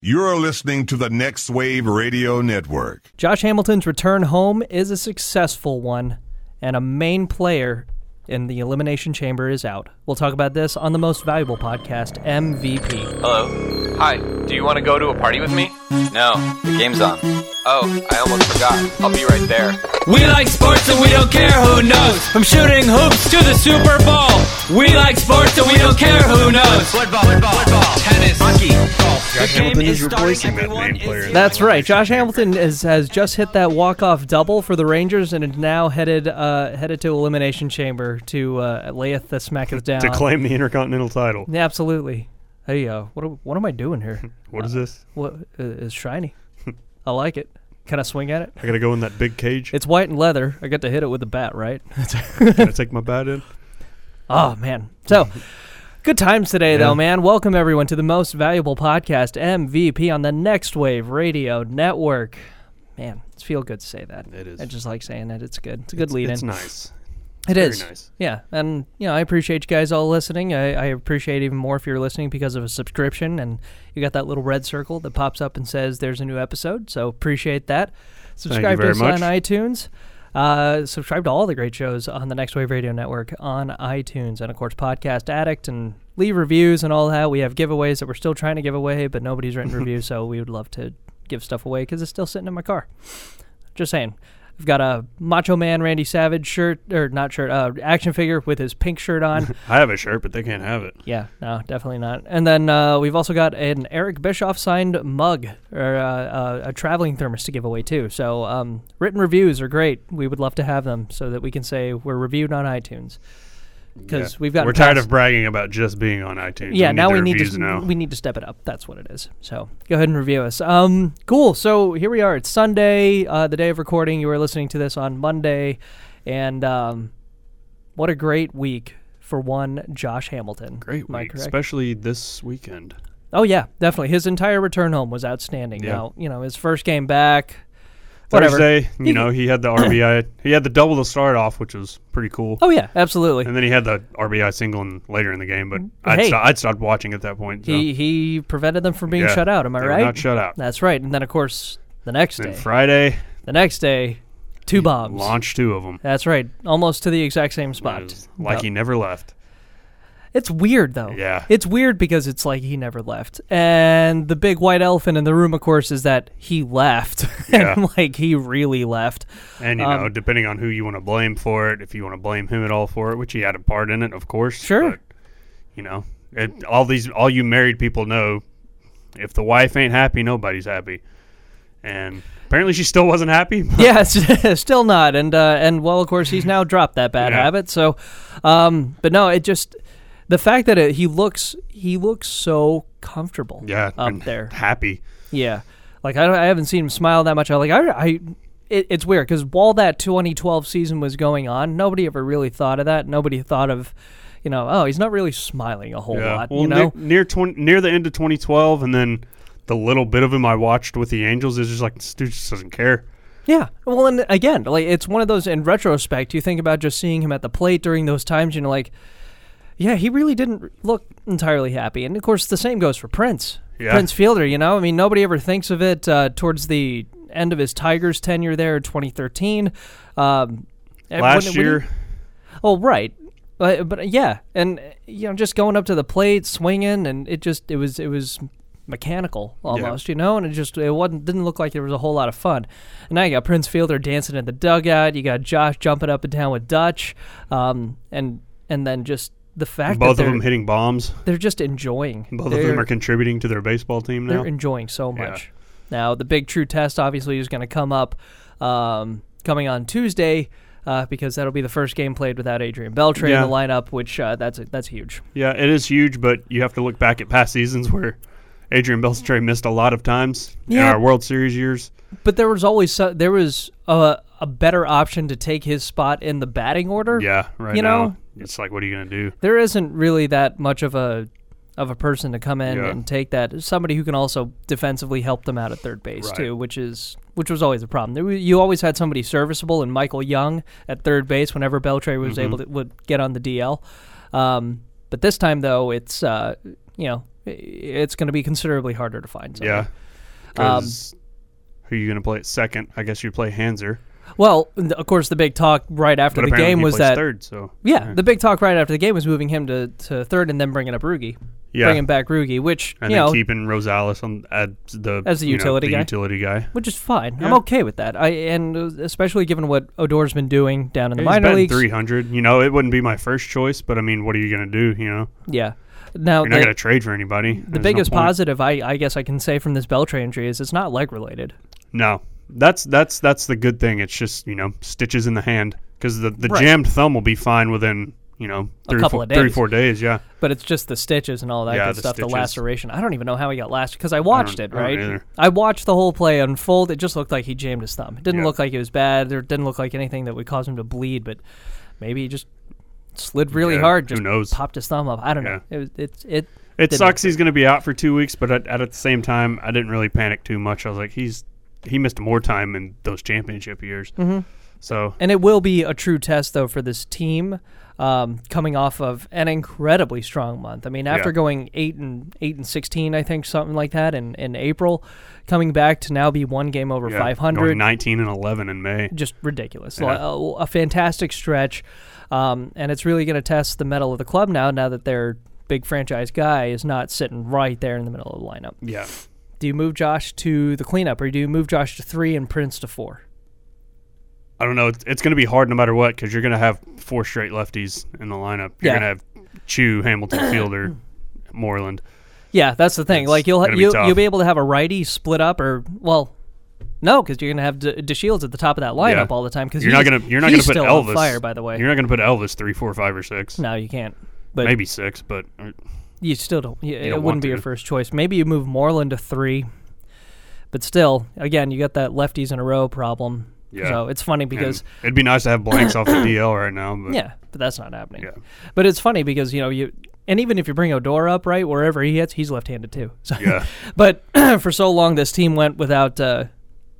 You're listening to the Next Wave Radio Network. Josh Hamilton's return home is a successful one, and a main player in the Elimination Chamber is out. We'll talk about this on the most valuable podcast, MVP. Hello. Hi. Do you want to go to a party with me? No, the game's on. Oh, I almost forgot. I'll be right there. We like sports and we don't care who knows. From shooting hoops to the Super Bowl. We like sports and we don't care who knows. Football, football, football, tennis, hockey, golf. Josh Hamilton is replacing that main player. That's right. Josh Hamilton is, has just hit that walk-off double for the Rangers and is now headed uh, headed to Elimination Chamber to uh, layeth the smacketh down. to claim the Intercontinental title. Yeah, absolutely. Hey, uh, what am- what am I doing here? What is this? What uh, it's shiny? I like it. Can I swing at it? I gotta go in that big cage. It's white and leather. I got to hit it with a bat, right? Can I take my bat in? Oh man. So good times today though, man. Welcome everyone to the most valuable podcast, MVP on the Next Wave Radio Network. Man, it's feel good to say that. It is. I just like saying it. It's good. It's a good lead It's in. nice. It very is. nice. Yeah. And you know, I appreciate you guys all listening. I, I appreciate even more if you're listening because of a subscription and you got that little red circle that pops up and says there's a new episode. So appreciate that. Subscribe very to us much. on iTunes. Uh, subscribe to all the great shows on the Next Wave Radio Network on iTunes and of course Podcast Addict and leave reviews and all that. We have giveaways that we're still trying to give away, but nobody's written reviews, so we would love to give stuff away because it's still sitting in my car. Just saying. I've got a Macho Man Randy Savage shirt, or not shirt, uh, action figure with his pink shirt on. I have a shirt, but they can't have it. yeah, no, definitely not. And then uh, we've also got an Eric Bischoff signed mug, or uh, uh, a traveling thermos to give away too. So um, written reviews are great. We would love to have them so that we can say we're reviewed on iTunes because Yeah. we've got We're tired of bragging about just being on iTunes. yeah, we now need we the need reviews to now. we need to step it up. That's what it is. So go ahead and review us. Um, cool. So here we are. It's Sunday, uh, the day of recording. You are listening to this on Monday, and um, what a great week for one Josh Hamilton. Great Am I week, correct? especially this weekend. oh yeah, definitely. His entire return home was outstanding. Yeah. Now you know his first game back. Whatever. Thursday, you He- know, he had the RBI. He had the double to start off, which was pretty cool. Oh yeah, absolutely. And then he had the RBI single in, later in the game, but I'd, Mm-hmm. Hey. sto- I'd stopped watching at that point. So. He he prevented them from being Yeah, shut out. Am I they were right? not shut out. That's right. And then of course the next then day, Friday, the next day, two bombs. launched two of them. That's right. Almost to the exact same spot. Like But- he never left. It's weird though. Yeah. It's weird because it's like he never left. And the big white elephant in the room of course is that he left. Yeah. and like he really left. And you Um, know, depending on who you want to blame for it, if you want to blame him at all for it, which he had a part in it, of course. Sure. But, you know, it, all these, all you married people know, if the wife ain't happy, nobody's happy. And apparently, she still wasn't happy. but yes, still not. And uh, and well, of course, he's now dropped that bad Yeah. habit. So, um, but no, it just the fact that it, he looks he looks so comfortable. yeah, up and there. happy. Yeah, like I, don't- I haven't seen him smile that much. I like I, I it, it's weird because while that 2012 season was going on, nobody ever really thought of that. Nobody thought of, you know, oh, he's not really smiling a whole Yeah. lot. well, you know, near near, 20, near the end of 2012, and then the little bit of him I watched with the Angels is just like this dude just doesn't care. Yeah. Well, and again, like it's one of those in retrospect, you think about just seeing him at the plate during those times, you know, like, yeah, he really didn't look entirely happy. And of course, the same goes for Prince. Yeah. Prince Fielder, you know, I mean, nobody ever thinks of it uh, towards the end of his Tigers tenure there in 2013. Um, and when- Last when he- year, Oh, right. But, but uh, yeah, and uh, you know, just going up to the plate, swinging, and it just it was it was mechanical almost, you know, and it just it wasn't didn't look like there was a whole lot of fun. And now you got Prince Fielder dancing in the dugout, you got Josh jumping up and down with Dutch, um, and and then just the fact both that of they're, them hitting bombs. they're just enjoying. Both they're, of them are contributing to their baseball team now. they're enjoying so much. Now the big true test obviously is going to come up um, coming on Tuesday uh, because that'll be the first game played without Adrian Beltre Yeah. in the lineup, which uh, that's that's huge. Yeah, it is huge, but you have to look back at past seasons where Adrian Beltre missed a lot of times in Yeah. our World Series years. But there was always so, there was a, a better option to take his spot in the batting order. Yeah, right You now know? it's like, what are you going to do? there isn't really that much of a of a person to come in Yeah. and take that somebody who can also defensively help them out at third base Right. too which is which was always a problem There wa- you always had somebody serviceable in michael young at third base whenever beltray Mm-hmm. was able to would get on the dl um, but this time though it's uh, you know it's going to be considerably harder to find. Someone. Yeah. um, 'Cause who are you going to play at second? I guess you play Hanser. Well, and of course, the big talk right after But the apparently game he was plays that. third. So Yeah, the big talk right after the game was moving him to, to third and then bringing up Rugi. Yeah. Bringing back Rugi, which, and you then know, keeping Rosales on as the As the you know, utility the guy. utility guy. which is fine. I'm Yeah. okay with that. I And uh, especially given what Odor's been doing down in the He's minor betting leagues. 300. You know, it wouldn't be my first choice, but I mean, what are you going to do? You know, Yeah. Now, you're not the- going to trade for anybody. the biggest positive I, I guess I can say from this Beltray injury is it's not leg related. No, that's that's that's the good thing. It's just you know stitches in the hand because the the Right. jammed thumb will be fine within you know three couple four, of three days. four days. Yeah, But it's just the stitches and all that Yeah, good the stuff, stitches. the laceration. I don't even know how he got last because I watched it, I don't right? either. I watched the whole play unfold. It just looked like he jammed his thumb. It didn't Yeah. look like it was bad. There didn't look like anything that would cause him to bleed, but maybe he just slid really Yeah, hard, who just knows? popped his thumb up. I don't know. Yeah. It was it's it it Didn't sucks. He's going to be out for two weeks, but at, at the same time, I didn't really panic too much. I was like, he's he missed more time in those championship years. Mm-hmm. So and it will be a true test though for this team um, coming off of an incredibly strong month. I mean, after Yeah. going eight and eight and sixteen, I think something like that in, in April, coming back to now be one game over yeah, five going hundred, 19 and 11 in May. just ridiculous. Yeah. A, a fantastic stretch, um, and it's really going to test the metal of the club now. Now that their big franchise guy is not sitting right there in the middle of the lineup, Yeah, do you move Josh to the cleanup or do you move Josh to three and Prince to four? I don't know. It's, it's going to be hard no matter what because you're going to have four straight lefties in the lineup. You're Yeah. going to have Chew, Hamilton, Fielder, Moreland. Yeah, that's the thing. It's like you'll gonna be you'll, tough. you'll be able to have a righty split up, or well, no, because you're gonna have De- DeShields at the top of that Yeah. lineup all the time. Because you're not going to you're not going to put still Elvis on fire. By the way, You're not going to put Elvis three, four, five, or six. no, you can't. But maybe six, but uh, you still don't. You, it don't wouldn't want be your to. first choice. Maybe you move Moreland to three. But still, again, you got that lefties in a row problem. Yeah. So it's funny and because it'd be nice to have blanks off the DL right now. But yeah, but that's not happening. Yeah. But it's funny because you know you. And even if you bring Odor up, right, wherever he hits, he's left-handed too. So yeah, But for so long, this team went without, uh,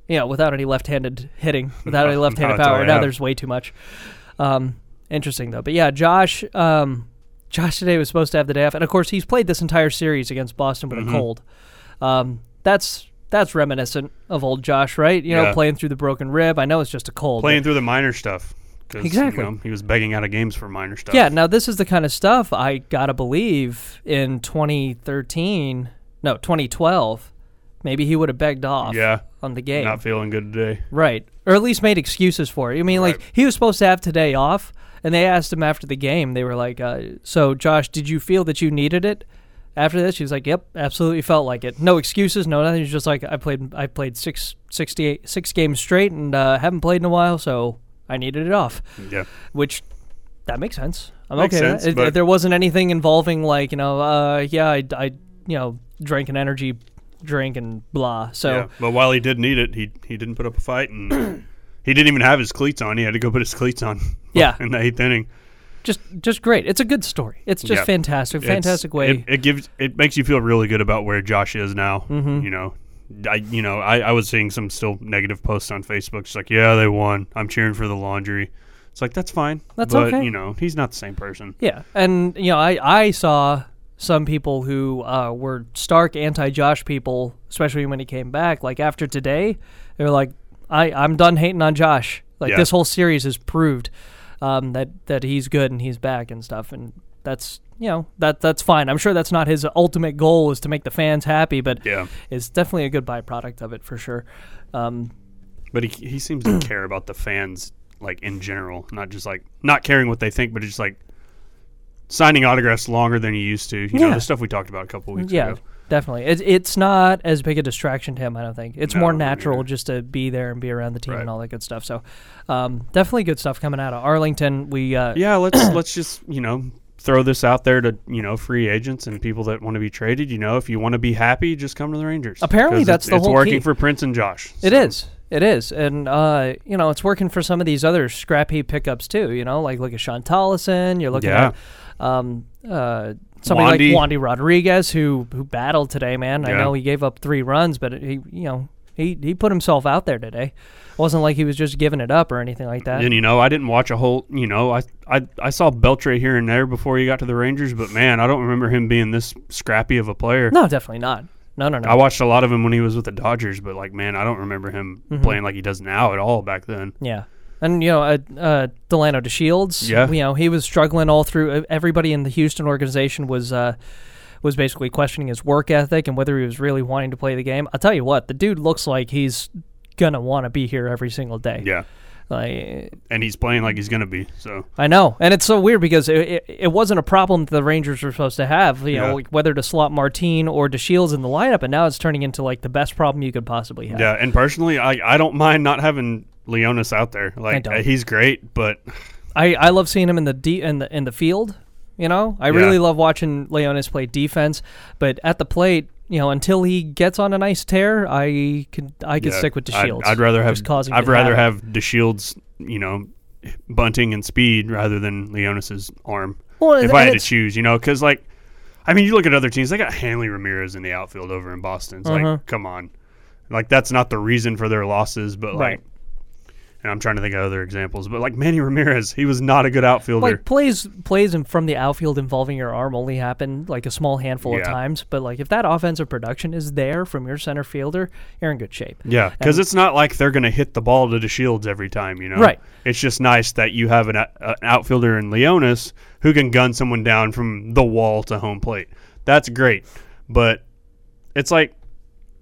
you know, without any left-handed hitting, without any No, left-handed that's all power. I Now have. there's way too much. Um, interesting though. But yeah, Josh, um, Josh today was supposed to have the day off, and of course he's played this entire series against Boston Mm-hmm. with a cold. Um, that's that's reminiscent of old Josh, right? You know, Yeah. playing through the broken rib. I know it's just a cold. playing through the minor stuff. 'cause, you Exactly. know, he was begging out of games for minor stuff. Yeah, now this is the kind of stuff I gotta believe in 2013, no 2012. Maybe he would have begged off. Yeah. on the game. not feeling good today. Right. Or at least made excuses for it. I mean, like, Right. he was supposed to have today off, and they asked him after the game, they were like, uh, So, Josh, did you feel that you needed it? After this, he was like, "Yep, absolutely felt like it. No excuses, no nothing. He's just like, I played, I played six, 68, six games straight, and uh, haven't played in a while, so I needed it off." Yeah, Which that makes sense. I'm Hmm. Makes okay. with sense, that. If- but- if there wasn't anything involving like you know, uh, yeah, I, I, you know, drank an energy drink and blah. So yeah. But while he did need it, he he didn't put up a fight, and he didn't even have his cleats on. He had to go put his cleats on. Yeah. in the eighth inning. just just great. It's a good story. It's just Yeah. fantastic, It's- fantastic way. It, it gives it makes you feel really good about where Josh is now. Mm-hmm. You know, I you know I, I was seeing some still negative posts on Facebook. It's like, yeah, they won. I'm cheering for the laundry. It's like that's fine. That's but, okay. You know, he's not the same person. yeah, and you know, I I saw some people who uh, were stark anti Josh people, especially when he came back. Like after today, they were like, I I'm done hating on Josh. Like Yeah. this whole series has proved um, that that he's good and he's back and stuff, and that's you know that that's fine. I'm sure that's not his ultimate goal is to make the fans happy, but Yeah. it's definitely a good byproduct of it for sure. Um, But he he seems to care about the fans like in general, not just like not caring what they think, but just like signing autographs longer than he used to. You know, Yeah. the stuff we talked about a couple weeks Yeah, ago. definitely. It's it's not as big a distraction to him. I don't think it's more No, natural yeah. just to be there and be around the team Right. and all that good stuff. So, um, definitely good stuff coming out of Arlington. We uh, yeah, let's let's just you know throw this out there to you know free agents and people that want to be traded. You know, if you want to be happy, just come to the Rangers. Apparently 'Cause that's it's, the it's whole working key. for Prince and Josh. it is. It is, and uh, you know it's working for some of these other scrappy pickups too. You know, like look at Sean Tollison. You're looking Yeah. at um, uh, somebody Wandy. like Wandy Rodriguez, who who battled today. Man, I Yeah. know he gave up three runs, but he you know He he put himself out there today. It wasn't like he was just giving it up or anything like that. And you know, I didn't watch a whole. You know, I I, I saw Beltre here and there before he got to the Rangers, but man, I don't remember him being this scrappy of a player. No, definitely not. No, no, no. I watched a lot of him when he was with the Dodgers, but like, man, I don't remember him playing like he does now at all back then. Mm-hmm. Yeah. And you know, uh, uh, Delano DeShields. Yeah. You know, he was struggling all through. uh, Everybody in the Houston organization was uh, was basically questioning his work ethic and whether he was really wanting to play the game. I'll tell you what, the dude looks like he's gonna want to be here every single day. Yeah, Like and he's playing like he's gonna be. So I know, and it's so weird because it, it, it wasn't a problem that the Rangers were supposed to have. You Yeah. know, like whether to slot Martine or DeShields in the lineup, and now it's turning into like the best problem you could possibly have. yeah, and personally, I I don't mind not having Leonis out there. Like don't. uh, he's great, but I, I love seeing him in the de- in the in the field. You know, I Yeah. really love watching Leonis play defense, but at the plate, you know, until he gets on a nice tear, I could I could yeah, stick with I'd- DeShields. I'd, rather have Just causing I'd good rather havoc. have DeShields, you know, bunting and speed rather than Leonis's arm. Well, if and I had to it's- choose, you know, because like, I mean, you look at other teams; they got Hanley Ramirez in the outfield over in Boston. It's Uh-huh. like, come on, like that's not the reason for their losses, but like. Right. And I'm trying to think of other examples, but like Manny Ramirez, he was not a good outfielder. like plays plays in from the outfield involving your arm only happen like a small handful of Yeah. times, but like if that offensive production is there from your center fielder, you're in good shape. Yeah, because it's not like they're going to hit the ball to the shields every time, you know. Right. It's just nice that you have an, o- an outfielder in Leonis who can gun someone down from the wall to home plate. That's great, but it's like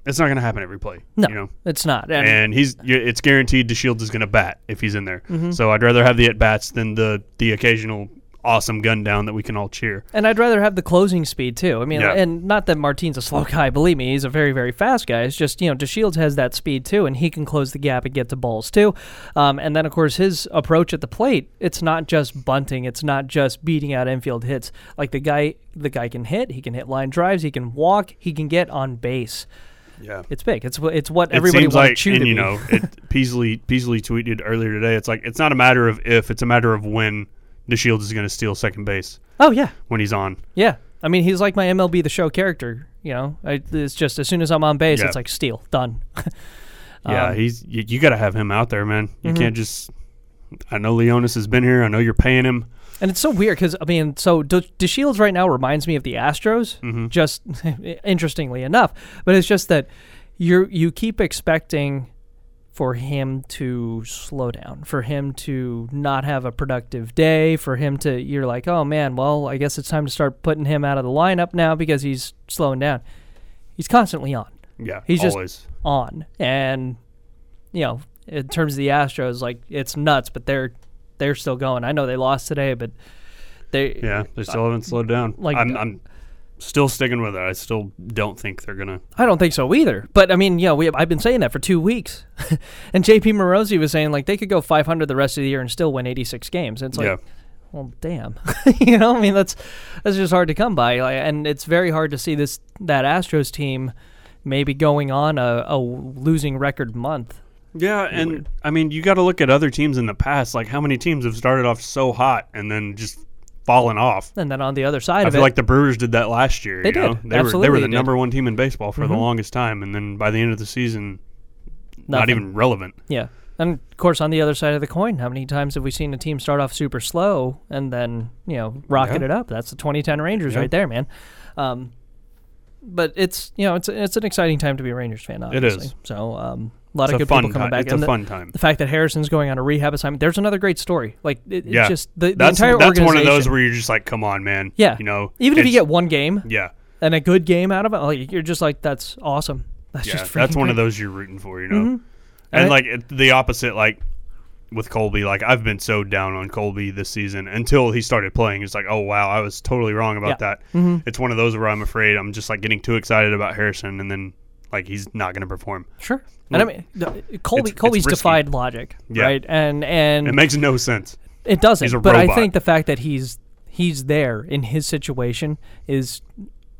it's not going to happen every play. No, You know. it's not. And, And he's y- it's guaranteed DeShields is going to bat if he's in there. Mm-hmm. So I'd rather have the at bats than the the occasional awesome gun down that we can all cheer. And I'd rather have the closing speed too. I mean, Yeah. and not that Martine's a slow guy. Believe me, he's a very, very fast guy. It's just you know, DeShields has that speed too, and he can close the gap and get to balls too. Um, and then of course his approach at the plate, it's not just bunting, it's not just beating out infield hits. Like the guy, the guy can hit. He can hit line drives. He can walk. He can get on base. Yeah. It's big. It's wh- it's what everybody it seems wants like, you to and you be. know, it, Peasley Peasley tweeted earlier today. It's like it's not a matter of if; it's a matter of when the Shields is going to steal second base oh yeah, when he's on. yeah. I mean, he's like my MLB the Show character. You know, I, it's just as soon as I'm on base, Yeah. it's like steal done. Um, yeah, he's you, you got to have him out there, man. You Mm-hmm. can't just. I know Leonis has been here. I know you're paying him. And it's so weird because I mean, so De- DeShields right now reminds me of the Astros, just interestingly enough. But it's just that you you keep expecting for him to slow down, for him to not have a productive day, for him to you're like, oh man, well I guess it's time to start putting him out of the lineup now because he's slowing down. He's constantly on, Yeah, He's just- always. on, and you know, in terms of the Astros, like it's nuts, but they're they're still going. I know they lost today, but. They, yeah, they still haven't slowed down. like- I'm, I'm still sticking with it. I still don't think they're gonna. I don't think so either. But I mean, yeah, we have, I've been saying that for two weeks, and JP Morosi was saying like they could go 500 the rest of the year and still win 86 games. And it's like, yeah, well, damn, you know, I mean that's that's just hard to come by, like, and it's very hard to see this that Astros team maybe going on a, a losing record month. yeah, and I mean, you got to look at other teams in the past. Like how many teams have started off so hot and then just fallen off. And then on the other side I of feel it, like the Brewers did that last year. They you know? did. They were they were Absolutely the did. Mm-hmm. number one team in baseball for the longest time, and then by the end of the season, not nothing. even relevant. yeah. And of course, on the other side of the coin, how many times have we seen a team start off super slow and then you know rocket Yeah. it up? That's the 2010 Rangers Yeah. right there, man. Um, but it's you know it's it's an exciting time to be a Rangers fan. It Obviously. is. So um, a lot It's of a good fun people coming time. back. It's and a the, fun time. The fact that Harrison's going on a rehab assignment. There's another great story. Like it, it Yeah, just the, the that's entire that's one of those organization- where you're just like, come on, man. yeah, you know, even if you it's- get one game yeah, and a good game out of it, like, you're just like that's awesome. That's yeah, just that's freaking one of great. those you're rooting for, you know. And, And I- like it, the opposite, like with Colby, like I've been so down on Colby this season until he started playing. It's like, oh wow, I was totally wrong about Yeah. Mm-hmm. that. It's one of those where I'm afraid I'm just like getting too excited about Harrison, and then like he's not going to perform. Sure. And I mean, th- Colby, it's Colby's risky. defied logic, Yeah. right? And and It makes no sense. it doesn't. he's a but I robot. think the fact that he's he's there in his situation is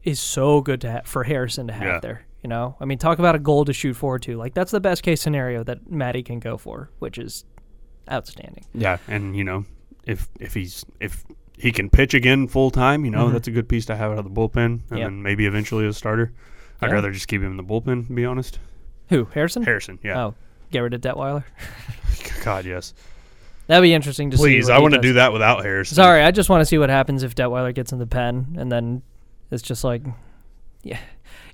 is so good to ha- for Harrison to have Yeah. there. You know, I mean, talk about a goal to shoot forward to. Like that's the best case scenario that Maddie can go for, which is outstanding. Yeah, and you know, if if he's if he can pitch again full time, you know, that's a good piece to have out of the bullpen, and Mm-hmm. Yeah. then maybe eventually a starter. I'd Yeah. rather just keep him in the bullpen, to be honest. Who? Harrison? Harrison, yeah. Oh, get rid of Detweiler. God, yes. That'd be interesting to see. Please, what I he want to does. do that without Harrison. Sorry, I just want to see what happens if Detweiler gets in the pen, and then it's just like, yeah,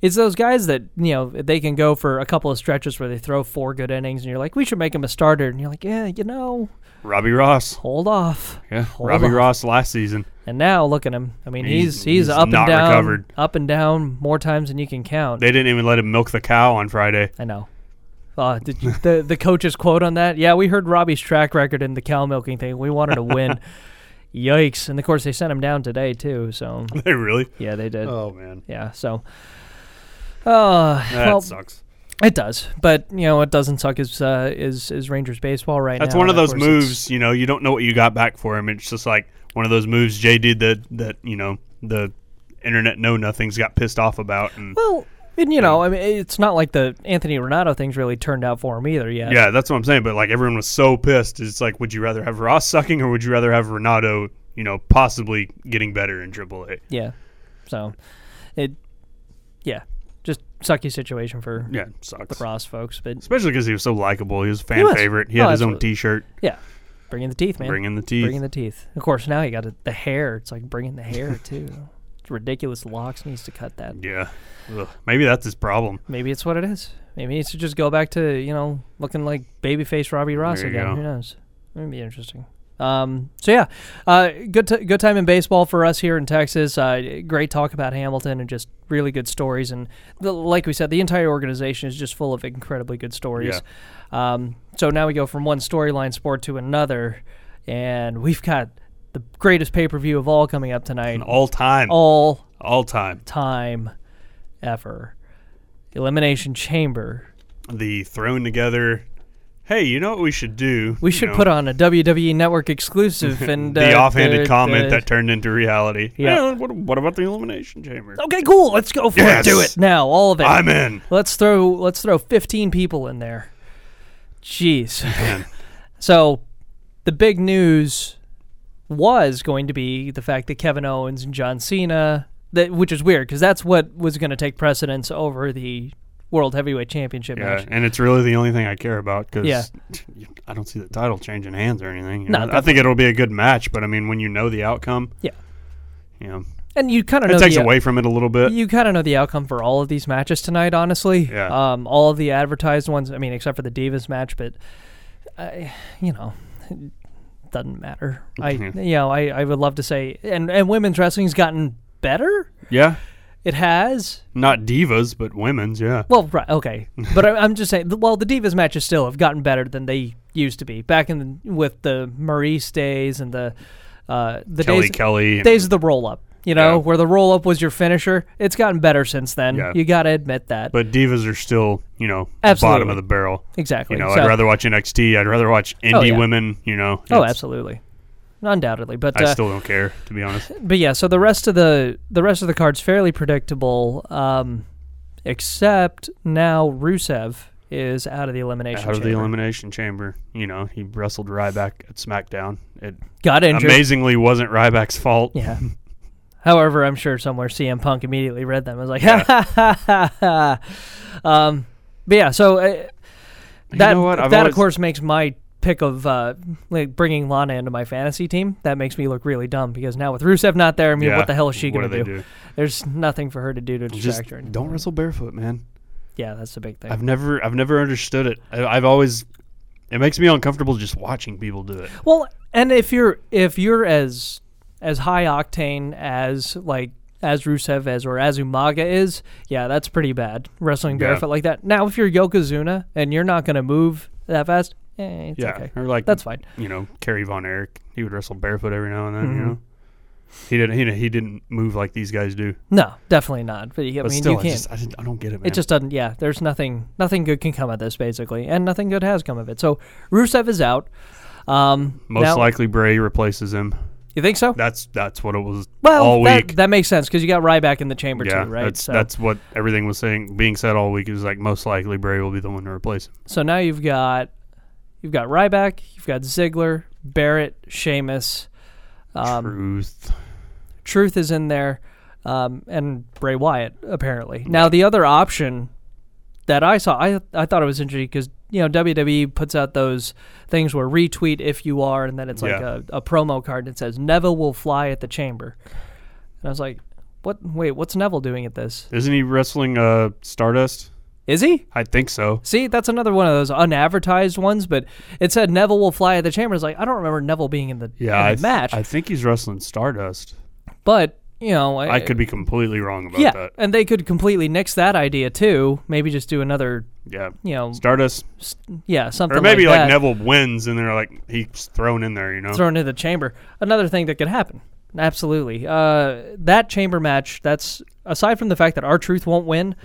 it's those guys that you know they can go for a couple of stretches where they throw four good innings, and you're like, we should make him a starter, and you're like, yeah, you know, Robbie Ross. hold off. Yeah, Hold Robbie on. Ross last season. And now look at him. I mean, He's- he's he's, he's up and not down, recovered. up and down more times than you can count. They didn't even let him milk the cow on Friday. I know. Uh, did you, the the coach's quote on that? Yeah, we heard Robbie's track record in the cow milking thing. We wanted to win. Yikes! And of course, they sent him down today too. So They really? yeah, they did. Oh man, Yeah. So. Uh, that well, sucks. it does, but you know what doesn't suck is uh, is is Rangers baseball right That's now. one of and those course it's- moves. You know, you don't know what you got back for him. It's just like one of those moves Jay did that that you know the internet know nothings got pissed off about. And Well, and you know, I mean, it's not like the Anthony Renato things really turned out for him either yet. yeah, that's what I'm saying. But like everyone was so pissed. It's like, would you rather have Ross sucking or would you rather have Renato? You know, possibly getting better in AAA. Yeah. So, it, yeah, just sucky situation for Yeah, sucks. Ross folks, but Especially because he was so likable. He was a fan He was. favorite. He Oh, had his own absolutely. T-shirt. Yeah. Bring in the teeth, man. Bring in the teeth. Bring in the teeth. Of course, now you got the hair. It's like bring in the hair, too. It's ridiculous. Locks needs to cut that. Yeah. Ugh. Maybe that's his problem. Maybe it's what it is. Maybe he needs to just go back to, you know, looking like babyface Robbie Ross There you again. go. Who knows? It would be interesting. Um, so, yeah, uh, good, t- good time in baseball for us here in Texas. Uh, great talk about Hamilton and just really good stories. And the, like we said, the entire organization is just full of incredibly good stories. Um, so now we go from one storyline sport to another, and we've got the greatest pay per view of all coming up tonight, All time. all All time. time ever. Elimination Chamber. The thrown together. Hey, you know what we should do? We should you know, put on a WWE Network exclusive and the uh, offhanded the- comment the- that turned into reality. Yeah. Yeah. what, what about the elimination chamber? okay, cool. Let's go for it. Do Yes. it now. All of it. I'm in. Let's throw let's throw 15 people in there. Jeez. so the big news was going to be the fact that Kevin Owens and John Cena that which is weird cuz that's what was going to take precedence over the World Heavyweight Championship Yeah, match. and it's really the only thing I care about because Yeah. I don't see the title changing hands or anything. you No, know. I that's- think it'll be a good match, but I mean, when you know the outcome, Yeah. you know, And you kind of it know takes the, uh, away from it a little bit. You kind of know the outcome for all of these matches tonight, honestly. Yeah. Um, all of the advertised ones, I mean, except for the Divas match, but, I, you know, it doesn't matter. I, Mhm. you know, I, I would love to say, and, and women's wrestling's gotten better. yeah, It has. not divas, but women's. Yeah, Well, right, okay. But I, I'm just saying, th- well, the Divas matches still have gotten better than they used to be. Back in the, with the Maurice days and the, uh, the Kelly days, Kelly. and- days of the roll up. You know, Yeah. where the roll up was your finisher. It's gotten better since then. Yeah. You got to admit that. But divas are still, you know, bottom Absolutely. of the barrel. Exactly. You know, So- Oh, I'd rather watch NXT. I'd rather watch indie yeah. women. You know, Oh, It's- absolutely, undoubtedly. But I uh, still don't care to be honest. but yeah. So the rest of the the rest of the card's fairly predictable, um, except now Rusev is out of the elimination. Out of the chamber. elimination chamber, you know, he wrestled Ryback at SmackDown. It Got injured. amazingly wasn't Ryback's fault. Yeah. However, I'm sure somewhere CM Punk immediately read them. I was like, ha ha ha ha. ha. Um, but yeah. So uh, that know what? I've that always- of course makes my pick of uh, like bringing Lana into my fantasy team. That makes me look really dumb because now with Rusev not there, I mean, Yeah. what the hell is she What going do to they do? do? There's nothing for her to do to distract Just her. anymore. don't wrestle barefoot, man. Yeah, that's the big thing. I've never, I've never understood it. I, I've always, it makes me uncomfortable just watching people do it. well, and if you're if you're as as high octane as like as Rusev is or as Umaga is, yeah, that's pretty bad wrestling Yeah. barefoot like that. Now, if you're Yokozuna and you're not going to move that fast, eh, it's yeah, okay. or like That's fine. You know, Kerry Von Erich, he would wrestle barefoot every now and then. Mm-hmm. You know, he didn't, he, he didn't move like these guys do. No, definitely not. But, I But mean, still, you I can't. just I, didn't, I don't get it, man. It just doesn't. Yeah, there's nothing. Nothing good can come of this, basically, and nothing good has come of it. So Rusev is out. Um, most now- likely Bray replaces him. you think so? That's that's what it was well, all that, week. that makes sense because you got Ryback in the chamber yeah, too, right? that's so, that's what everything was saying being said all week. It was like most likely Bray will be the one to replace him. so now you've got you've got Ryback, you've got Ziggler, Barrett, Sheamus, Um, Truth. Truth is in there, um, and Bray Wyatt apparently. Now the other option that I saw, I I thought it was interesting because you know WWE puts out those things where retweet if you are, and then it's like Yeah. a, a promo card that says Neville will fly at the chamber, and I was like, what? Wait, what's Neville doing at this? Isn't he wrestling uh, Stardust? Is he? I think so. See, that's another one of those unadvertised ones, but it said Neville will fly at the chamber. It's like I don't remember Neville being in the, Yeah, in the I th- match, I think he's wrestling Stardust. but you know, I, I could be completely wrong about yeah, that. and they could completely nix that idea too. Maybe just do another, Yeah, you know, Stardust, yeah, something or maybe like, that. Neville wins, and they're like he's thrown in there. You know, thrown into the chamber. Another thing that could happen. Absolutely. Uh, that chamber match, that's aside from the fact that our truth won't win,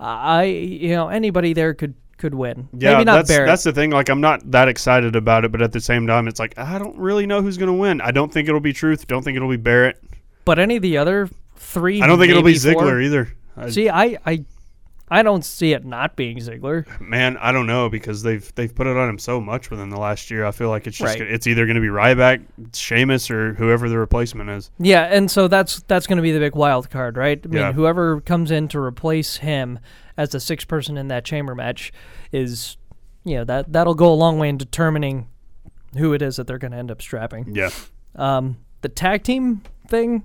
I you know, anybody there could could win. yeah, Maybe not that's Barrett. that's the thing. Like, I'm not that excited about it, but at the same time, it's like I don't really know who's gonna win. I don't think it'll be Truth. Don't think it'll be Barrett. but any of the other three I don't think it'll be maybe four- Ziggler either. I, See, I, I I don't see it not being Ziggler. man, I don't know because they've they've put it on him so much within the last year. I feel like it's just Right. it's either gonna be Ryback, Sheamus, or whoever the replacement is. Yeah, and so that's that's going to be the big wild card, right? I mean, Yeah. whoever comes in to replace him as the sixth person in that chamber match is, you know, that that'll go a long way in determining who it is that they're going to end up strapping. Yeah, Um, the tag team thing,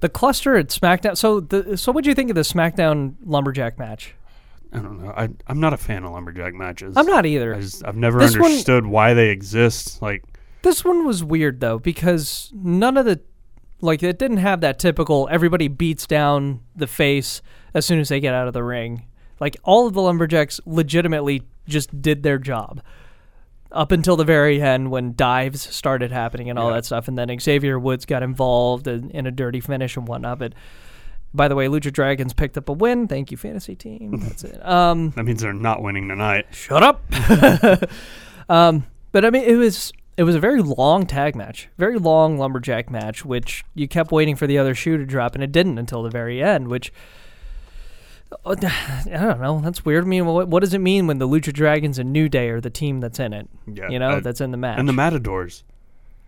the cluster at SmackDown. So the so what do you think of the SmackDown lumberjack match? I don't know. I I'm not a fan of lumberjack matches. I'm not either. I just, I've never This one- understood why they exist. Like, This one was weird though because none of the like it didn't have that typical everybody beats down the face as soon as they get out of the ring. Like all of the lumberjacks legitimately just did their job up until the very end when dives started happening and all that stuff and then Xavier Woods got involved in, in a dirty finish and whatnot. But by the way, Lucha Dragons picked up a win. Thank you, fantasy team. That's it. Um that means they're not winning tonight. shut up. um, but I mean, it was it was a very long tag match, very long lumberjack match, which you kept waiting for the other shoe to drop, and it didn't until the very end. Which uh, I don't know. That's weird. I mean, what, what does it mean when the Lucha Dragons and New Day are the team that's in it? Yeah, you know, I- that's in the match. And the Matadors.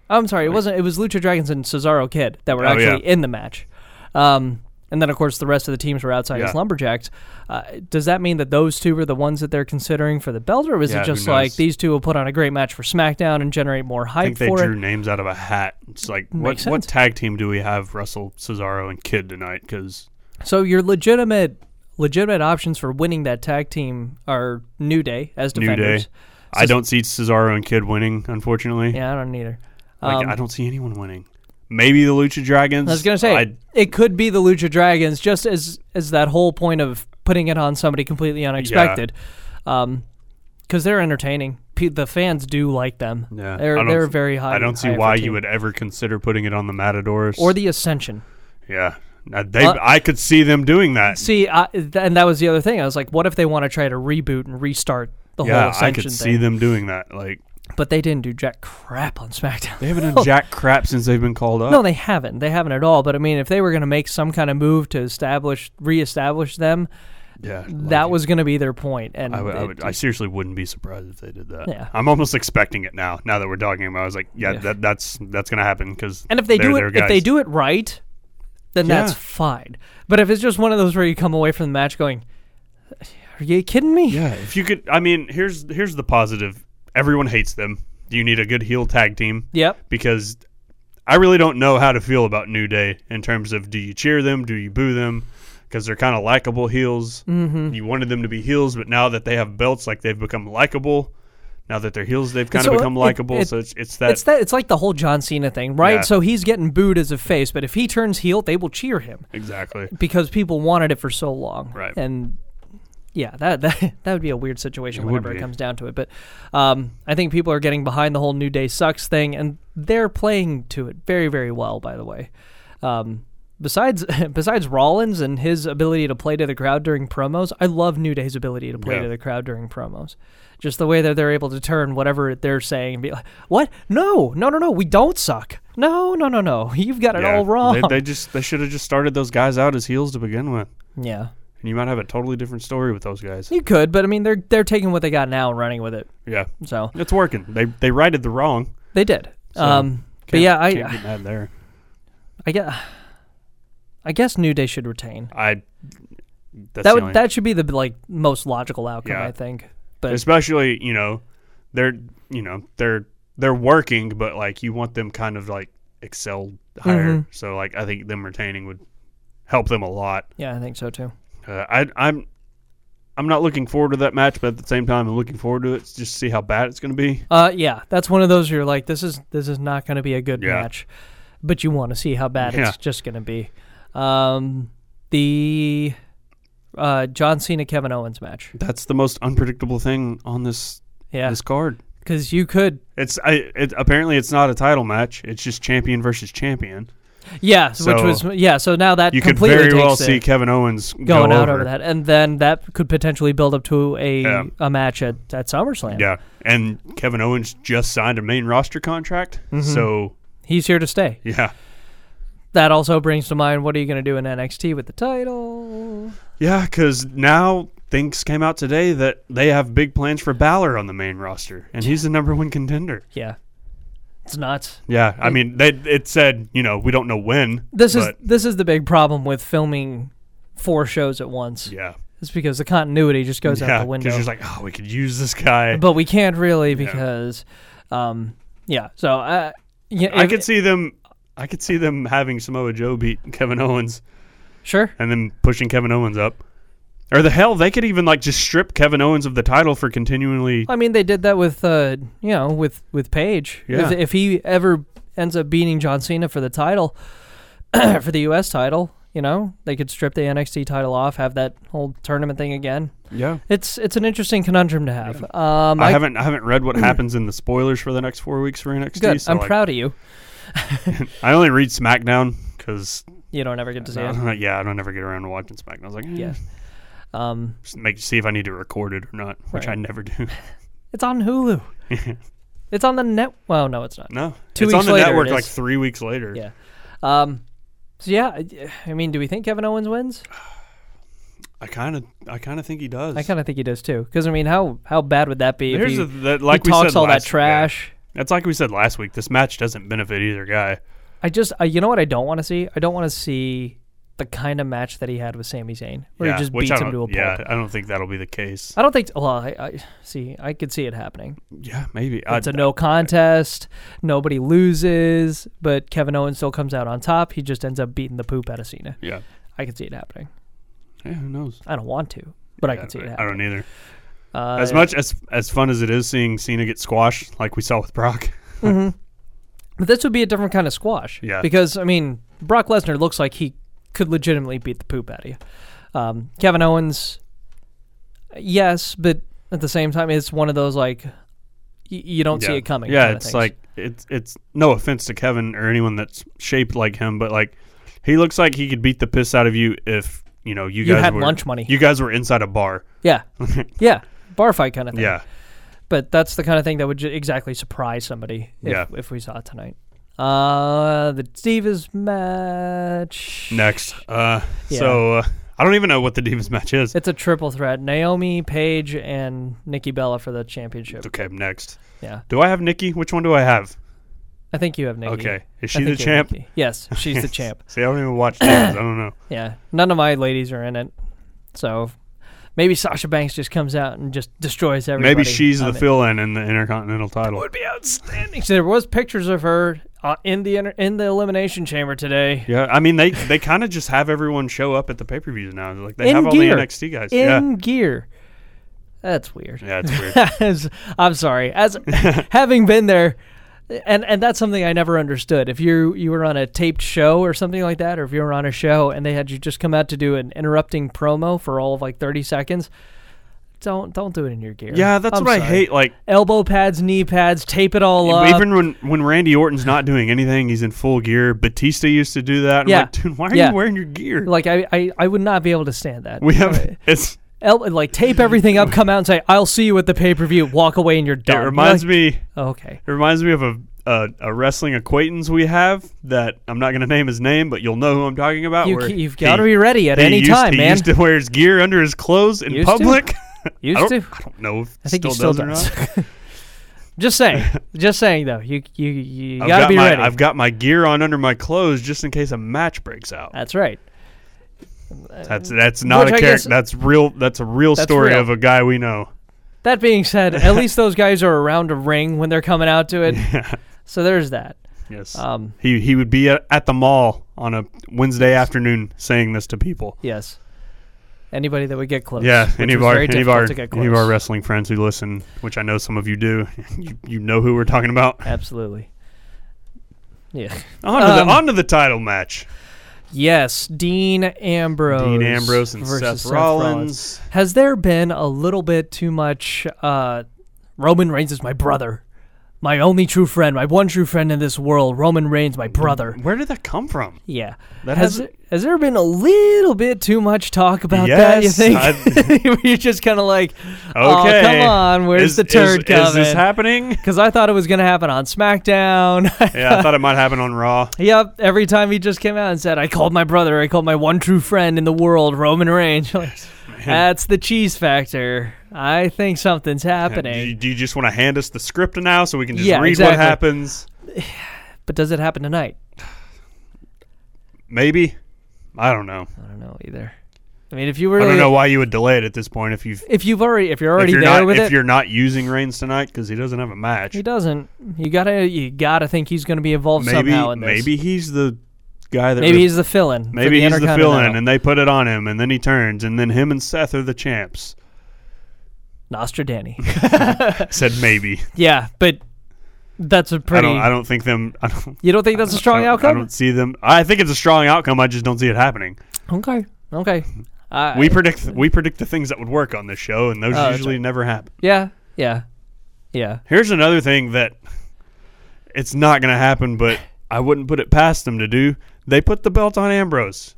I'm sorry, it wasn't. It was Lucha Dragons and Cesaro Kid that were Oh, actually yeah. in the match. Um, and then, of course, the rest of the teams were outside Yeah. as lumberjacks. Uh, does that mean that those two were the ones that they're considering for the belt, or is Yeah, it who just like knows? these two will put on a great match for SmackDown and generate more I hype think they for drew it? names out of a hat. It's like, what Makes what sense. tag team do we have? Russell, Cesaro, and Kid tonight? Because So your legitimate legitimate options for winning that tag team are New Day as New Day. defenders. I don't see Cesaro and Kid winning, unfortunately. Yeah, I don't either. Like, I don't see anyone winning. Maybe the Lucha Dragons. I was gonna say I, it could be the Lucha Dragons, just as as that whole point of putting it on somebody completely unexpected, because they're entertaining. P- the fans do like them. yeah, I they're don't they're see- very high. I don't see high of a why team. you would ever consider putting it on the Matadors or the Ascension. yeah. Now, They, Uh, I could see them doing that. See, I, th- and that was the other thing. I was like, what if they want to try to reboot and restart the whole yeah, I Ascension could thing? see them doing that. Like But they didn't do jack crap on SmackDown. they haven't done jack crap since they've been called up. No, they haven't. They haven't at all. But I mean, if they were going to make some kind of move to establish, reestablish them, yeah, that was going to be their point. And I, would, I, it would, I seriously wouldn't be surprised if they did that. Yeah. I'm almost expecting it now. Now that we're talking about, it, I was like, yeah, That, that's that's gonna happen because And if they do it, if they do it right, then that's Yeah. fine. But if it's just one of those where you come away from the match going, "Are you kidding me?" yeah, if you could, I mean, here's here's the positive. Everyone hates them. You need a good heel tag team. Yep. because I really don't know how to feel about New Day in terms of do you cheer them, do you boo them, because they're kind of likable heels. Mm-hmm. You wanted them to be heels, but now that they have belts, like they've become likable. Now that they're heels, they've kind so of become it- likable. it- so it's it's that, it's that. It's like the whole John Cena thing, right? Yeah. So he's getting booed as a face, but if he turns heel, they will cheer him exactly. because people wanted it for so long, Right. And yeah, that that, that would be a weird situation It would whenever it be. comes down to it. But um, I think people are getting behind the whole New Day sucks thing, and they're playing to it very very well. By the way, um, besides besides Rollins and his ability to play to the crowd during promos, I love New Day's ability to play Yeah. to the crowd during promos. Just the way that they're able to turn whatever they're saying and be like, "What? No, no, no, no. We don't suck. No, no, no, no. You've got it Yeah. all wrong." They, they just they should have just started those guys out as heels to begin with, yeah. and you might have a totally different story with those guys. You could, but I mean, they're they're taking what they got now and running with it. Yeah, So it's working. They they righted the wrong. they did. um, but Can't- yeah, I can't get mad there. I guess I guess New Day should retain. I That's that the would only- that should be the like most logical outcome, Yeah. I think. But especially you know they're you know they're they're working but like you want them kind of like excel higher Mm-hmm. so like i think them retaining would help them a lot yeah, I think so too. uh, i i'm i'm not looking forward to that match but at the same time i'm looking forward to it just to see how bad it's going to be Uh, yeah, that's one of those you're like, this is this is not going to be a good Yeah. match, but you want to see how bad Yeah. it's just going to be. Um, the uh, John Cena Kevin Owens match. that's the most unpredictable thing on this Yeah, this card because you could. it's I, it, apparently it's not a title match it's just champion versus champion Yeah, which So- was yeah. So now that you could completely very takes well it see kevin owens going going go out over that, and then that could potentially build up to a Yeah. a match at at SummerSlam. Yeah, and Kevin Owens just signed a main roster contract, so he's here to stay. yeah, That also brings to mind, what are you going to do in NXT with the title? yeah. Because now things came out today that they have big plans for Balor on the main roster, and he's the number one contender. Yeah, it's nuts. Yeah, I mean, they it said you know we don't know when This is but, this is the big problem with filming four shows at once. yeah, It's because the continuity just goes out yeah. the window. Because you're like, oh, we could use this guy. but we can't really because, um, yeah. So uh, yeah, I if- could see them. I could see them having Samoa Joe beat Kevin Owens sure. and then pushing Kevin Owens up. Or the hell, they could even like just strip Kevin Owens of the title for continually. I mean, they did that with uh, you know, with with Paige. Yeah. If, if he ever ends up beating John Cena for the title, for the U.S. title, you know, they could strip the NXT title off, have that whole tournament thing again. Yeah. It's it's an interesting conundrum to have. Um, I, haven't I haven't read what happens in the spoilers for the next four weeks for NXT. Good. so, I'm like, proud of you. I only read SmackDown because You don't ever get to see it. yeah, I don't ever get around to watching SmackDown. I was like, eh, Yeah. Um, just make see if I need to record it or not, which Right. I never do. it's on Hulu. it's on the net. Well, no, it's not. no, Two it's weeks on the later it network like is. three weeks later. Yeah. Um, so yeah, I- I mean, do we think Kevin Owens wins? I kind of I kind of think he does. I kind of think he does too. Because I mean, how how bad would that be if Here's he, the- that- like he we talks said all last- that trash? yeah. That's like we said last week. This match doesn't benefit either guy. I just, I, you know what I don't want to see? I don't want to see the kind of match that he had with Sami Zayn, where yeah, he just which beats I him don't- to a pulp. Yeah, I don't think that'll be the case. I don't think. Well, I, I see. I could see it happening. Yeah, maybe. It's a no contest. Nobody loses, but Kevin Owens still comes out on top. He just ends up beating the poop out of Cena. Yeah. I could see it happening. Yeah, who knows? I don't want to, but I I can see it I happening. Uh, don't either. as much as as fun as it is seeing Cena get squashed, like we saw with Brock. But this would be a different kind of squash. Yeah. Because I mean, Brock Lesnar looks like he could legitimately beat the poop out of you. Um, Kevin Owens, yes, but at the same time, it's one of those like y- you don't see it coming. Yeah, kinda it's things. like it's it's no offense to Kevin or anyone that's shaped like him, but like he looks like he could beat the piss out of you if you know you, You guys had were, lunch money. You guys were inside a bar. yeah, yeah, bar fight kind of thing. Yeah, But that's the kind of thing that would ju- exactly surprise somebody. If, Yeah. If we saw it tonight. Uh, the Divas match. next. Uh, Yeah. so uh, I don't even know what the Divas match is. It's a triple threat: Naomi, Paige, and Nikki Bella for the championship. okay, next. Yeah, Do I have Nikki? Which one do I have? I think you have Nikki. Okay, is I think she the you have champ? Nikki. Yes, she's the champ. See, I don't even watch. Divas. I don't know. Yeah, none of my ladies are in it, so maybe Sasha Banks just comes out and just destroys everybody. Maybe she's I'm the in. fill-in in the Intercontinental title. Would be outstanding. So there was pictures of her uh, in the inter- in the elimination chamber today. Yeah, I mean they they kind of just have everyone show up at the pay per views now. Like they in have all gear. the NXT guys. in yeah, gear. That's weird. yeah, it's weird. As- I'm sorry. As having been there, and and that's something I never understood. If you you were on a taped show or something like that, or if you were on a show and they had you just come out to do an interrupting promo for all of like 30 seconds, don't don't do it in your gear. yeah, that's I'm what I sorry. hate. Like Elbow pads, knee pads, tape it all up. even when when Randy Orton's not doing anything, he's in full gear. Batista used to do that. I'm Yeah. like, dude, why are Yeah. you wearing your gear? like I, I, I would not be able to stand that. Uh, we have it's. El- like tape everything up, come out and say, "I'll see you at the pay per view." Walk away and you're It done. reminds me. It Okay. reminds me of a. A, a wrestling acquaintance we have that I'm not going to name his name, but you'll know who I'm talking about. You, where c- you've he- got to be ready at he any used- time, he man. used to wear his gear under his clothes in Used to? public. I, Used don't, to. I don't know if I think he still still does or does. not. just saying, just saying though. You you you I've gotta got be my, ready. I've got my gear on under my clothes just in case a match breaks out. That's right. That's that's not a Which I character. guess- that's real. That's a real That's story real. of a guy we know. That being said, at least those guys are around a ring when they're coming out to it. So there's that. Yes. Um, he he would be at, at the mall on a Wednesday afternoon saying this to people. Yes. Anybody that would get close. Yeah, which any was of our very any of difficult our to get any of our close. wrestling friends who listen, which I know some of you do, you, you know who we're talking about. Absolutely. Yeah. On to, Um, the, on to the title match. Yes, Dean Ambrose. Dean Ambrose and versus Seth, Rollins. Has there been a little bit too much uh, Roman Reigns is my brother. My only true friend, my one true friend in this world, Roman Reigns, my brother. Where did that come from? Yeah. That has hasn't- has there been a little bit too much talk about Yes, that? You think you're just kind of like, oh Okay. come on, where's Is- the turd is, coming? Is this happening? Because I thought it was gonna happen on SmackDown. Yeah, I thought it might happen on Raw. yep. Every time he just came out and said, "I called my brother. I called my one true friend in the world, Roman Reigns." You're like, That's the cheese factor. I think something's Do you, happening. do you just want to hand us the script now so we can just Yeah, read exactly. what happens? But does it happen tonight? Maybe. I don't know. I don't know either. I mean, if you I really, don't know why you would delay it at this point if you've if you've already, if you're already if you're there not with if it, you're not using Reigns tonight because he doesn't have a match. He doesn't. You gotta. You gotta think he's gonna be involved Maybe somehow in this. maybe he's the guy that Maybe re- he's the fill-in. for maybe he's the Intercontinental. villain and they put it on him and then he turns and then him and Seth are the champs. Nostradani. I said maybe. yeah, but that's a I pretty. don't I don't think them I don't you don't think that's a strong I don't- I outcome? don't see them. I think it's a strong outcome. I just don't see it happening. okay. Okay. Uh, We predict we predict the things that would work on this show, and those Oh, that's usually never happen. yeah. Yeah. Yeah. Here's another thing that it's not going to happen, but I wouldn't put it past them to do. They put the belt on Ambrose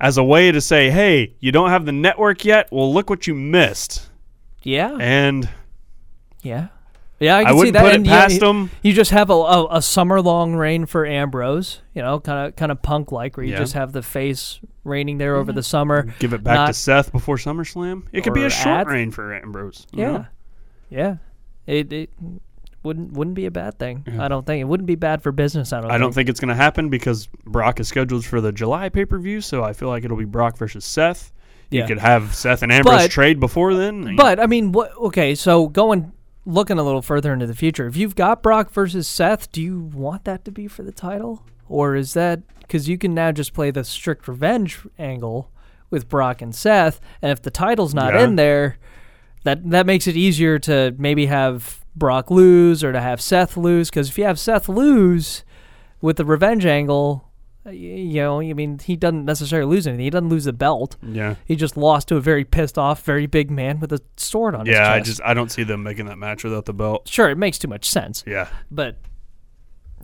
as a way to say, "Hey, you don't have the network yet. Well, look what you missed." Yeah. And Yeah. Yeah. I, can see wouldn't that. put it and past you, him. You just have a, a, a summer-long reign for Ambrose. You know, kind of kind of punk-like, where you Yeah. just have the face reigning there over the summer. give it back to Not- Seth before SummerSlam. It could be Or a short at- reign for Ambrose. you Yeah. know? Yeah. It, it wouldn't wouldn't be a bad thing. I don't think it wouldn't be bad for business. I don't. I think. don't think it's going to happen because Brock is scheduled for the July pay per view, so I feel like it'll be Brock versus Seth. Yeah. You could have Seth and Ambrose But- trade before then. But I mean, what? Okay, so going looking a little further into the future, if you've got Brock versus Seth, do you want that to be for the title, or is that because you can now just play the strict revenge angle with Brock and Seth, and if the title's not Yeah. in there, that that makes it easier to maybe have Brock lose or to have Seth lose, because if you have Seth lose with the revenge angle. y- You know, I mean, he doesn't necessarily lose anything. He doesn't lose the belt. yeah, He just lost to a very pissed off, very big man with a sword on his yeah, chest. I just I don't see them making that match without the belt. sure it makes too much sense, Yeah, but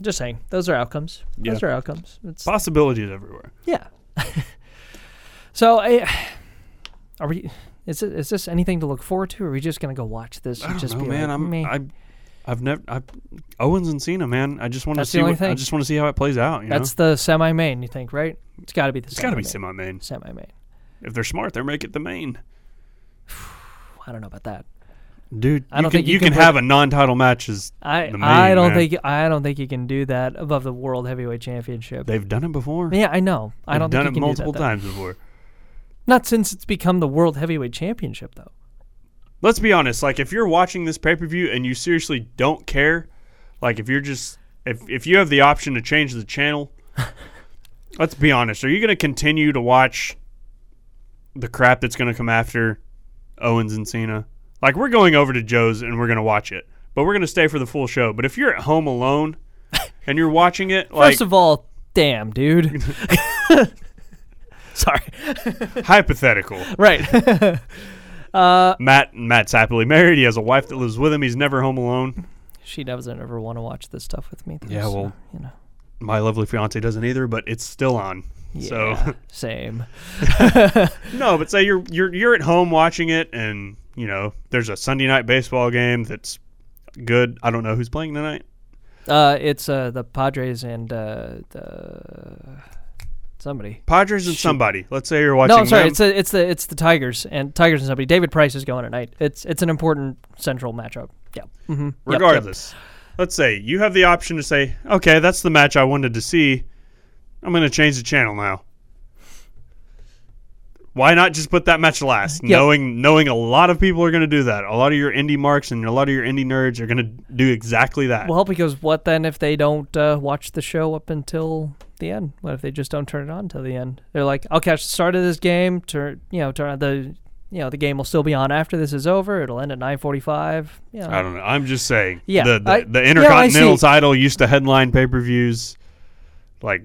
just saying, those are outcomes. Those Yeah. are outcomes. It's possibilities everywhere. yeah. so, I, are we? Is it, is this anything to look forward to? Or are we just gonna go watch this? I and don't just know, be Oh, man. like, I'm meh? I, I've never I, Owens and Cena, man. I just want to That's the see. only What, I thing. just want to see how it plays out. You That's know, the semi-main. You think, right? It's got to be the. it's got to be semi-main. Semi-main. If they're smart, they make it the main. I don't know about that. Dude, I don't you can, think you you can can, put- have a non-title match as I the main. I don't man. think I don't think you can do that above the world heavyweight championship. they've done it before. yeah, I know. I They've don't think done you it can multiple do that, though. times before. Not since it's become the World Heavyweight Championship, though. let's be honest like if you're watching this pay-per-view and you seriously don't care like if you're just if if you have the option to change the channel let's be honest are you going to continue to watch the crap that's going to come after Owens and Cena like we're going over to Joe's and we're going to watch it but we're going to stay for the full show but if you're at home alone and you're watching it like First of all, damn, dude. Sorry. hypothetical Right. Matt Matt's happily married he has a wife that lives with him he's never home alone she doesn't ever want to watch this stuff with me. Though, Yeah, so, well, you know. my lovely fiance doesn't either but it's still on so Yeah, same. No, but say you're you're you're at home watching it, and you know there's a Sunday night baseball game that's good. I don't know who's playing tonight. Uh, it's uh the Padres and uh the somebody. Padres and somebody. Let's say you're watching. No, I'm sorry. them. It's a, it's the it's the Tigers and Tigers and somebody. David Price is going tonight. It's it's an important central matchup. Yeah. Mm-hmm. regardless. Let's say you have the option to say, okay, that's the match I wanted to see. I'm going to change the channel now. Why not just put that match last, Yeah. knowing knowing a lot of people are going to do that. A lot of your indie marks and a lot of your indie nerds are going to do exactly that. Well, because what then if they don't uh, watch the show up until the end? What if they just don't turn it on till the end? They're like, I'll catch the start of this game. Turn, you know, turn on the, you know, the game will still be on after this is over. It'll end at nine forty-five. Yeah, I don't know. I'm just saying. Yeah, The the, I- the yeah, I Intercontinental see. title used to headline pay per views. Like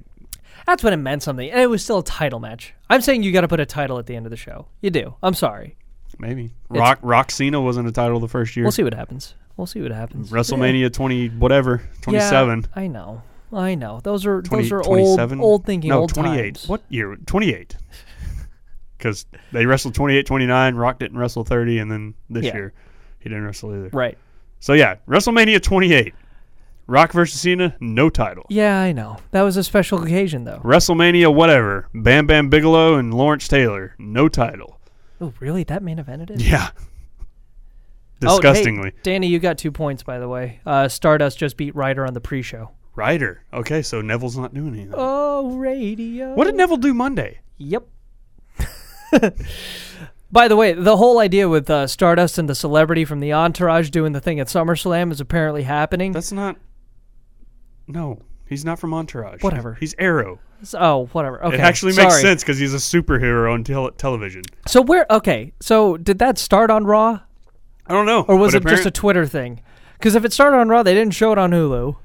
that's when it meant something, and it was still a title match. I'm saying you got to put a title at the end of the show. You do. I'm sorry. maybe Rock Rock Cena wasn't a title the first year. We'll see what happens. We'll see what happens. WrestleMania 20 whatever 27. Yeah, I know. I know. Those are 20, those are old 27? old thinking. no, old 28. times. What year? 28. Because they wrestled 28, 29. Rock didn't wrestle 30, and then this Yeah. year he didn't wrestle either. Right. So yeah, WrestleMania 28. Rock versus Cena, no title. Yeah, I know. That was a special occasion, though. WrestleMania whatever. Bam Bam Bigelow and Lawrence Taylor, no title. Oh, really? That main evented it? Yeah. Oh, hey, Disgustingly. Danny, you got two points, by the way. Uh, Stardust just beat Ryder on the pre show. Ryder. Okay, so Neville's not doing anything. Oh, radio. what did Neville do Monday? Yep. By the way, the whole idea with uh, Stardust and the celebrity from the Entourage doing the thing at SummerSlam is apparently happening. That's not. No, he's not from Entourage. Whatever. He's Arrow. oh, whatever. Okay. It actually makes sorry. sense because he's a superhero on tel- television. So where? Okay. So did that start on Raw, I don't know. or was it just a Twitter thing? Because if it started on Raw, they didn't show it on Hulu.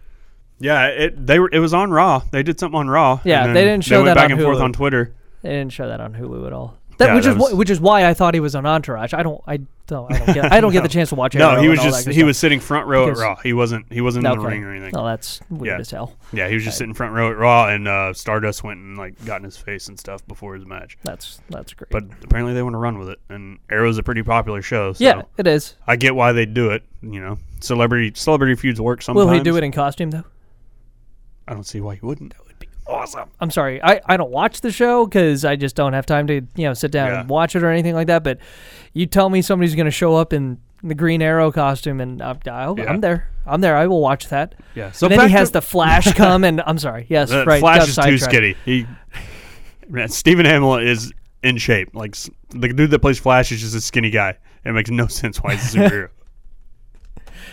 yeah? It they were it was on Raw. They did something on Raw. Yeah, and they then didn't show they went that back on and forth Hulu. on Twitter. They didn't show that on Hulu at all. That, Yeah, which that is wh- was- which is why I thought he was on Entourage. I don't. I don't. I don't get. I don't get the chance to watch. No, Arrow he was and all just that good he stuff. was sitting front row Because- at Raw. He wasn't he wasn't in the Okay. ring or anything. Oh, that's weird Yeah. as hell. Yeah, he was just sitting front row at Raw, and uh, Stardust went and like got in his face and stuff before his match. That's that's great. But apparently they want to run with it, and Arrow's a pretty popular show. So yeah, it is. I get why they do it. You know, celebrity celebrity feuds work sometimes. Will he do it in costume though? I don't see why he wouldn't. That would be awesome. I'm sorry, I, I don't watch the show because I just don't have time to you know sit down Yeah. and watch it or anything like that. But you tell me somebody's going to show up in the Green Arrow costume, and I'm, I'll, Yeah. I'm there. I'm there. I will watch that. Yeah, So so then he back has to- the Flash come, and I'm sorry. Yes, The right. Uh, Flash got is too sidetracked. skinny. He Man, Stephen Hamill is in shape. Like s- the dude that plays Flash is just a skinny guy. It makes no sense why he's a superhero.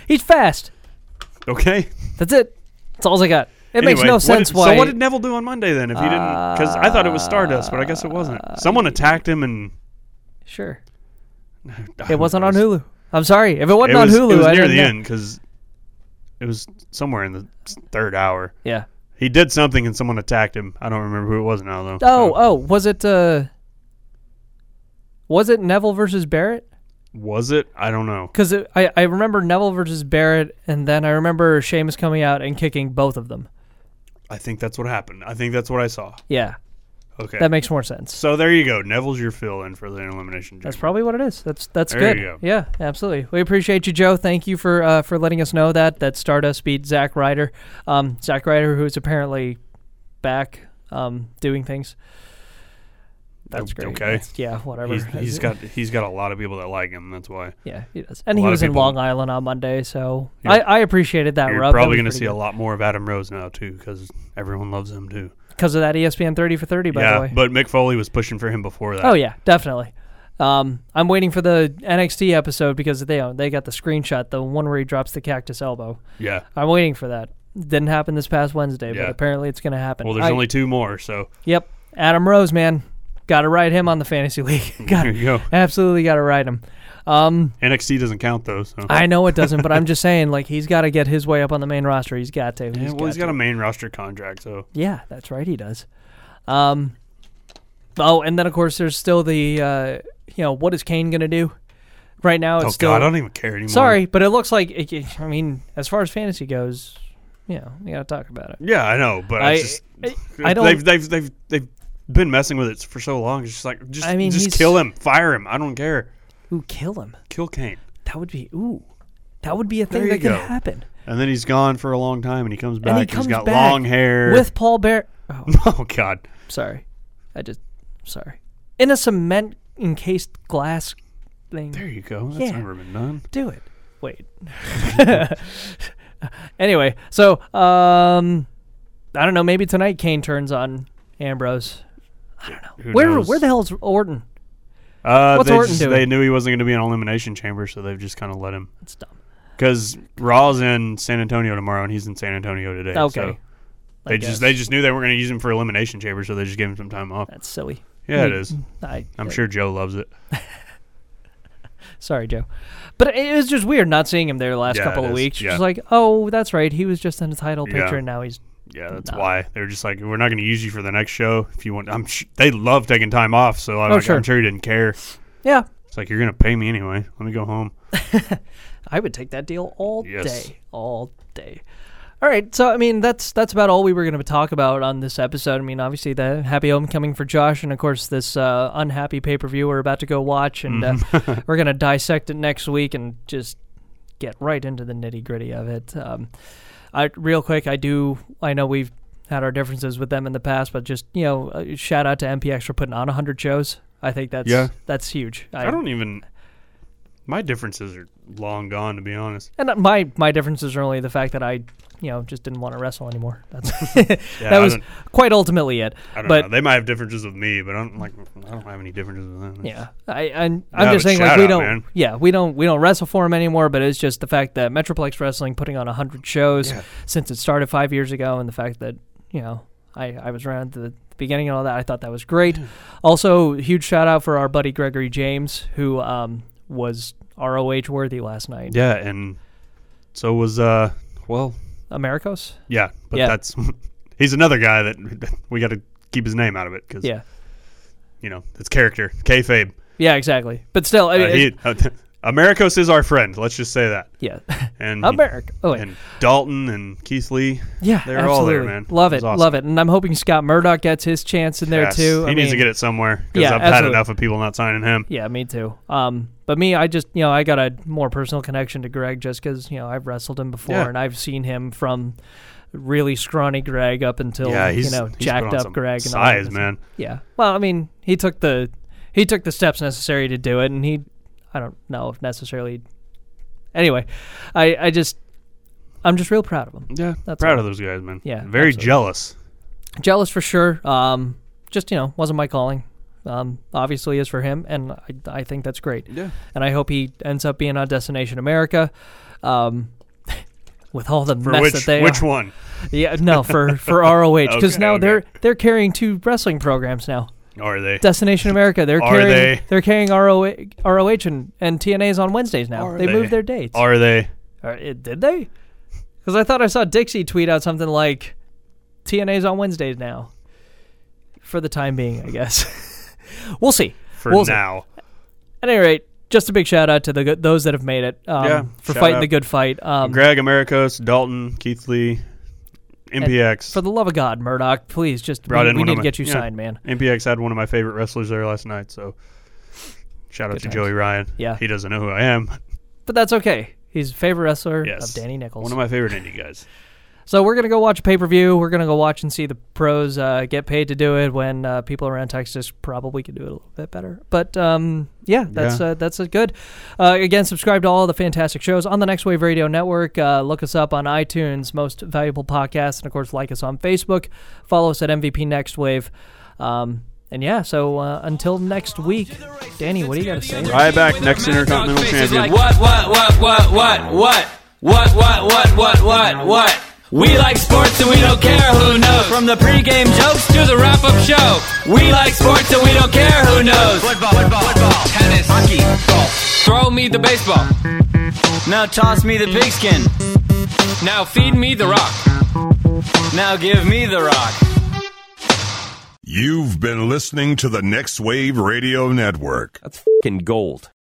He's fast. okay, That's it. That's all I got. It makes Anyway, no what sense did- why. So what did Neville do on Monday then? If he didn't, because I thought it was Stardust, but I guess it wasn't. Uh, Someone attacked him, and sure, it wasn't on Hulu. I'm sorry. If it It wasn't was, on Hulu, it was I near didn't the know. end because it was somewhere in the s- third hour. Yeah. He did something, and someone attacked him. I don't remember who it was now though. Oh, so- oh, was it uh Was it Neville versus Barrett? was it? I don't know. Cuz I I remember Neville versus Barrett and then I remember Sheamus coming out and kicking both of them. I think that's what happened. I think that's what I saw. Yeah, Okay. that makes more sense. So there you go. Neville's your fill in for the elimination. That's chamber. probably what it is. That's that's There good. you go. Yeah, absolutely. We appreciate you, Joe. Thank you for uh, for letting us know that that Stardust beat Zack Ryder. Um, Zack Ryder, who's apparently back um, doing things. That's great. Okay. That's- yeah, whatever. He's, he's got he's got a lot of people that like him. That's why Yeah, he does. And he lot of was in people- Long Island on Monday, so I, I appreciated that you're rub. probably going to see a lot more of Adam Rose now too, because everyone loves him too. because of that E ESPN 30 for 30, by the yeah, way. but Mick Foley was pushing for him before that. oh yeah, definitely. Um, I'm waiting for the NXT episode because they they got the screenshot, the one where he drops the cactus elbow. yeah. I'm waiting for that. Didn't happen this past Wednesday, Yeah. but apparently it's going to happen. Well, there's I- only two more, so yep, Adam Rose, man, got to ride him on the fantasy league. got there you go. absolutely got to ride him. Um, NXT doesn't count though. So I know it doesn't, but I'm just saying, like he's got to get his way up on the main roster. He's got to. yeah, well, he's to. got a main roster contract, so Yeah, that's right. He does. Um, oh, and then of course there's still the uh, you know what is Kane gonna do? Right now it's oh still god, I don't even care anymore. sorry, but it looks like it, it- I mean as far as fantasy goes, you know we gotta talk about it. Yeah, I know, but I, I- just I- I don't- They've they've they've they've been messing with it for so long. It's just like just I mean, just he's- kill him, fire him. I don't care. Ooh, kill him. Kill Kane. That would be ooh, that would be a thing There that you could go. happen. And then he's gone for a long time, and he comes back. and he has comes got back long hair. with Paul Bear. Oh, oh god, sorry, I just sorry in a cement encased glass thing. there you go. That's Yeah. never been done. do it. Wait. anyway, so um, I don't know. Maybe tonight Kane turns on Ambrose. Who Where knows? where the hell's Orton? Uh, What's they Orton just- doing? They knew he wasn't going to be in Elimination Chamber, so they've just kind of let him. It's dumb. Because Raw's in San Antonio tomorrow, and he's in San Antonio today. Okay. so I they guess. just they just knew they weren't going to use him for Elimination Chamber, so they just gave him some time off. That's silly. Mm, Yeah, it is. I, I'm sure Joe loves it. Sorry, Joe. But it was just weird not seeing him there the last Yeah, couple it of is. weeks. Yeah. Just like, oh, that's right. He was just in the title Yeah. picture, and now he's. Yeah, that's Nah. why they're just like we're not going to use you for the next show if you want. I'm sh- they love taking time off, so I'm, Oh, like, sure. I'm sure he didn't care. Yeah, It's like you're going to pay me anyway. Let me go home. I would take that deal all Yes. day, all day. All right, so I mean that's that's about all we were going to talk about on this episode. I mean, obviously the happy homecoming for Josh, and of course this uh, unhappy pay per view we're about to go watch, and uh, Mm-hmm. we're going to dissect it next week and just get right into the nitty gritty of it. Um, I real quick, I do. I know we've had our differences with them in the past, but just you know, uh, shout out to MPX for putting on hundred shows. I think that's Yeah. that's huge. I don't even. My differences are long gone, to be honest. And my my differences are only the fact that I, you know, just didn't want to wrestle anymore. That's Yeah, that I was don't- quite ultimately it. I don't but know. They might have differences with me, but I'm like I don't have any differences with them. yeah, I and Yeah, I'm but just saying like shout we out, don't man. yeah we don't we don't wrestle for him anymore. But it's just the fact that Metroplex Wrestling putting on hundred shows since it started five years ago, and the fact that you know I I was around at the beginning and all that. I thought that was great. Also, huge shout out for our buddy Gregory James who um was ROH worthy last night. Yeah, and so was uh well Americos. yeah, but Yeah. that's he's another guy that we got to keep his name out of it because Yeah. you know it's character kayfabe. Yeah, exactly. But still, I Uh, mean, he, Americos is our friend. Let's just say that. yeah. And America. Oh, wait. and Dalton and Keith Lee. yeah, they're absolutely. all there, man. Love it, It was awesome. love it, and I'm hoping Scott Murdoch gets his chance in there Yes, too. He I needs to mean, get it somewhere because Yeah, I've absolutely. had enough of people not signing him. Yeah, me too. Um, but me, I just you know I got a more personal connection to Greg just because you know I've wrestled him before Yeah. and I've seen him from really scrawny Greg up until Yeah, he's you know he's put jacked on up some Greg and all that size stuff. man. Yeah. Well, I mean, he took the he took the steps necessary to do it, and he I don't know if necessarily. Anyway, I I just I'm just real proud of him. Yeah, That's proud all. of those guys, man. Yeah, very absolutely. jealous. jealous for sure. Um, just you know, wasn't my calling. Um, obviously is for him, and I, I think that's great. Yeah. And I hope he ends up being on Destination America. Um, with all the For mess which that they which are. one? yeah no for for ROH because Okay, now okay. they're they're carrying two wrestling programs now. Are they? Destination America they're Are carrying they? are carrying ROH ROH and and TNA's on Wednesdays now. Are they, they? moved their dates. Are they? Or Uh, it, did they? Because I thought I saw Dixie tweet out something like, "TNA's on Wednesdays now." For the time being, I guess. we'll see. For We'll see. now. At any rate, just a big shout out to the good, those that have made it um, Yeah, for shout fighting out. the good fight. Um, Greg Americos, Dalton, Keith Lee, MPX. for the love of God, Murdoch, please just Brought we, in we one need of to my- get you yeah. signed, man. MPX had one of my favorite wrestlers there last night, so shout out to times. Joey Ryan. Yeah. He doesn't know who I am. But that's okay. He's a favorite wrestler Yes. of Danny Nichols. One of my favorite indie guys. So we're gonna go watch pay per view. We're gonna go watch and see the pros uh, get paid to do it when uh, people around Texas probably could do it a little bit better. But um, yeah, that's Yeah. Uh, that's uh, good. Uh, again, subscribe to all the fantastic shows on the Next Wave Radio Network. Uh, look us up on iTunes, Most Valuable Podcast, and of course, like us on Facebook. Follow us at MVP Next Wave. Um, and yeah, so uh, until next week, Danny, what do you got to say? Ryback, next Intercontinental Champion. What, what, what, what, what, what? What, what, what, what, what, what? We like sports and we don't care who knows. From the pregame jokes to the wrap up show. We like sports and we don't care who knows. Football, football, football, tennis, hockey, golf. Throw me the baseball. Now toss me the pigskin. Now feed me the rock. Now give me the rock. You've been listening to the Next Wave Radio Network. That's gold.